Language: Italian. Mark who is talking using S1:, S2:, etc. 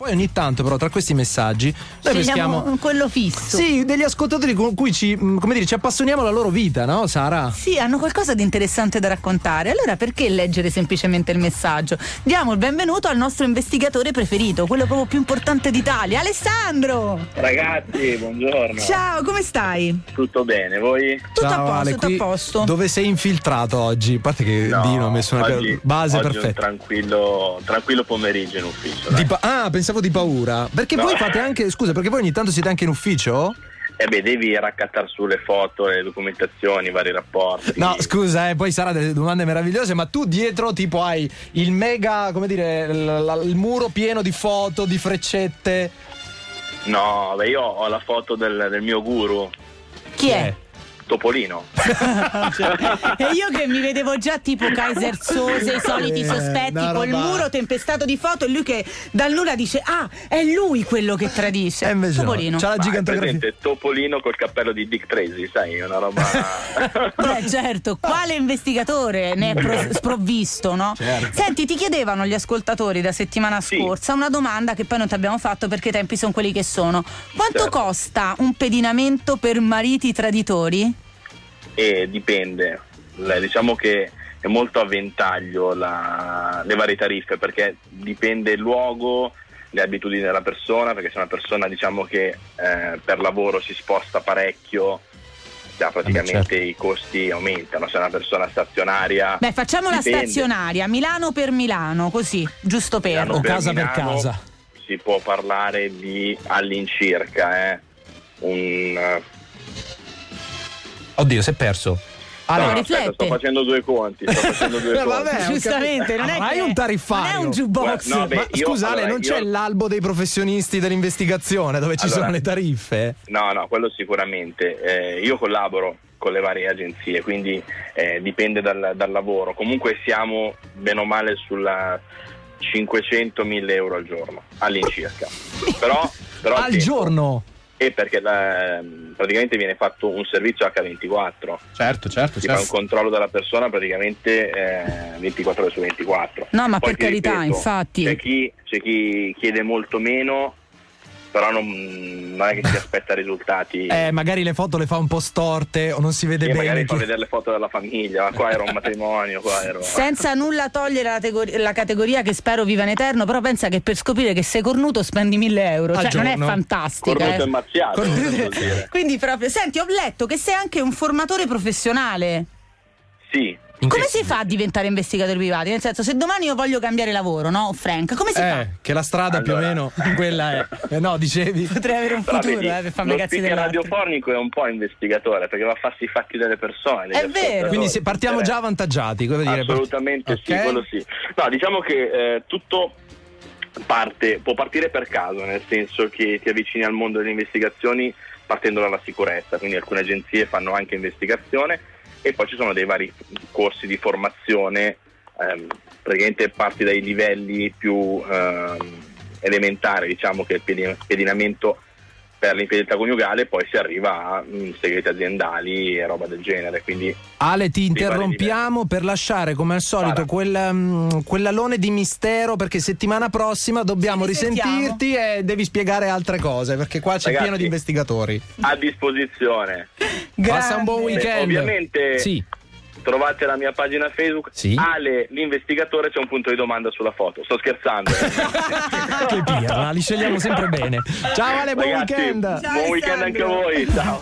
S1: Poi ogni tanto, però, tra questi messaggi, noi
S2: Scegliamo
S1: peschiamo.
S2: quello fisso.
S1: Sì, degli ascoltatori con cui ci, mh, come dire, ci appassioniamo alla loro vita, no, Sara?
S2: Sì, hanno qualcosa di interessante da raccontare. Allora perché leggere semplicemente il messaggio? Diamo il benvenuto al nostro investigatore preferito, quello proprio più importante d'Italia, Alessandro!
S3: Ragazzi, buongiorno.
S2: Ciao, come stai?
S3: Tutto bene, voi?
S2: Tutto
S1: Ciao,
S2: a posto,
S1: Ale,
S2: tutto
S1: qui
S2: a posto.
S1: Dove sei infiltrato oggi? A parte che Dino ha messo una per-
S3: oggi-
S1: base
S3: oggi un
S1: perfetta.
S3: tranquillo, tranquillo pomeriggio in ufficio. dai.
S1: Di pa- ah, pensavo di paura. Perché
S3: No.
S1: voi fate anche. Scusa, perché voi ogni tanto siete anche in ufficio?
S3: Eh beh, devi raccattare su le foto, le documentazioni, i vari rapporti.
S1: No, scusa, eh, poi sarà delle domande meravigliose, ma tu dietro tipo hai il mega, come dire, l- la- il muro pieno di foto, di freccette.
S3: No, beh, io ho la foto del, del mio guru,
S2: Chi
S1: Eh,
S2: è?
S3: Topolino.
S1: Cioè,
S2: e io che mi vedevo già tipo Kaiser Sose, i soliti
S1: Eh,
S2: sospetti,
S1: una
S2: col
S1: roba-
S2: muro tempestato di foto e lui che dal nulla dice "Ah, è lui quello che tradisce".
S1: E eh, invece
S2: Cioè, Topolino.
S1: no. C'ha la
S3: Ma è
S1: gigantografia.
S3: presente Topolino col cappello di Dick Tracy, sai, è una roba...
S2: Beh, certo, quale investigatore ne è pro- sprovvisto, no?
S1: Certo.
S2: Senti, ti chiedevano gli ascoltatori da settimana
S3: Sì.
S2: scorsa una domanda che poi non ti abbiamo fatto perché i tempi sono quelli che sono. Quanto
S3: Certo.
S2: costa un pedinamento per mariti traditori?
S3: e dipende. Le- Diciamo che è molto a ventaglio la- le varie tariffe perché dipende il luogo, le abitudini della persona, perché se una persona diciamo che eh, per lavoro si sposta parecchio, già praticamente
S1: certo.
S3: i costi aumentano, se è una persona stazionaria...
S2: Beh, facciamo la
S3: Dipende.
S2: stazionaria, Milano per Milano, così, giusto per.
S3: Milano
S1: O
S3: per
S1: casa per
S3: Milano
S1: casa.
S3: Si può parlare di all'incirca, eh, un... eh,
S1: Oddio, si è perso.
S2: Allora,
S3: no,
S2: Ah, riflette.
S3: aspetta, sto facendo due conti, sto facendo due
S1: Eh,
S3: conti.
S1: vabbè, ho
S2: Giustamente,
S1: capito.
S2: non è
S1: Ma hai
S2: che-
S1: un tariffario.
S2: non è un jukebox.
S3: Guarda, no, beh,
S1: Ma
S3: io-
S1: scusate,
S3: allora,
S1: non c'è
S3: io-
S1: l'albo dei professionisti dell'investigazione dove ci
S3: Allora-
S1: sono le tariffe?
S3: No, no, quello sicuramente. Eh, io collaboro con le varie agenzie, quindi eh, dipende dal, dal lavoro. Comunque siamo bene o male sulla 500-1000 euro al giorno, all'incirca. Però, però
S1: Al
S3: tempo.
S1: giorno.
S3: E perché la- praticamente viene fatto un servizio H24,
S4: Certo, certo,
S3: si fa un
S4: certo.
S3: controllo della persona praticamente eh, 24 ore su 24.
S2: No, ma
S3: Poi
S2: per
S3: ti
S2: carità,
S3: ripeto,
S2: infatti.
S3: C'è chi, c'è chi chiede molto meno, però non, non è che si aspetta risultati.
S1: Eh, magari le foto le fa un po' storte o non si vede
S3: Io
S1: bene. Cioè,
S3: magari fa
S1: chi-
S3: vedere le foto della famiglia, ma qua era un matrimonio, qua ero.
S2: Senza nulla togliere la, tegori- la categoria che spero viva in eterno, però pensa che per scoprire che sei cornuto spendi 1000 euro,
S1: Al
S2: cioè non
S1: giorno.
S2: è fantastica.
S3: Cornuto
S2: eh.
S3: e mazziato.
S1: Cornuto-
S3: come si vuol dire.
S2: Quindi proprio, senti, ho letto che sei anche un formatore professionale.
S3: Sì.
S2: Come si fa a diventare investigatore privato? Nel senso, se domani io voglio cambiare lavoro, no, Frank? Come si fa?
S1: Eh, che la strada
S3: Allora.
S1: più o meno quella è. Eh, no, dicevi.
S2: Potrei avere un
S3: Però
S2: futuro,
S3: vedi,
S2: eh, per farmi i
S3: lo
S2: cazzi
S3: speaker
S2: dell'altro.
S3: radiofonico è un po' investigatore perché va a farsi i fatti delle persone. degli
S2: È vero.
S3: ascoltatori.
S1: Quindi se partiamo già avvantaggiati. Come dire,
S3: Eh. Assolutamente sì,
S1: Ok?
S3: quello sì. No, diciamo che eh, tutto parte, può partire per caso, nel senso che ti avvicini al mondo delle investigazioni partendo dalla sicurezza, quindi alcune agenzie fanno anche investigazione e poi ci sono dei vari corsi di formazione, ehm, praticamente parti dai livelli più ehm, elementari, diciamo che è il pedi- pedinamento per l'infedeltà coniugale, poi si arriva a mm, segreti aziendali e roba del genere, quindi
S1: Ale, ti
S3: vari
S1: interrompiamo per lasciare come al solito
S3: Spara.
S1: quel, mm, quell'alone di mistero perché settimana prossima dobbiamo
S2: Ci risentiamo.
S1: risentirti e devi spiegare altre cose perché qua c'è
S3: Ragazzi.
S1: pieno di investigatori.
S3: a disposizione.
S1: Passa un buon
S2: Grande.
S1: weekend.
S3: Eh, ovviamente-
S1: Sì.
S3: Trovate la mia pagina Facebook.
S1: Sì.
S3: Ale, l'investigatore, c'è un punto di domanda sulla foto. Sto scherzando.
S1: che pirla, li scegliamo sempre bene. Ciao Ale, buon
S3: Ragazzi,
S1: weekend.
S2: Ciao,
S3: Buon weekend anche a
S2: Alessandro.
S3: voi. Ciao.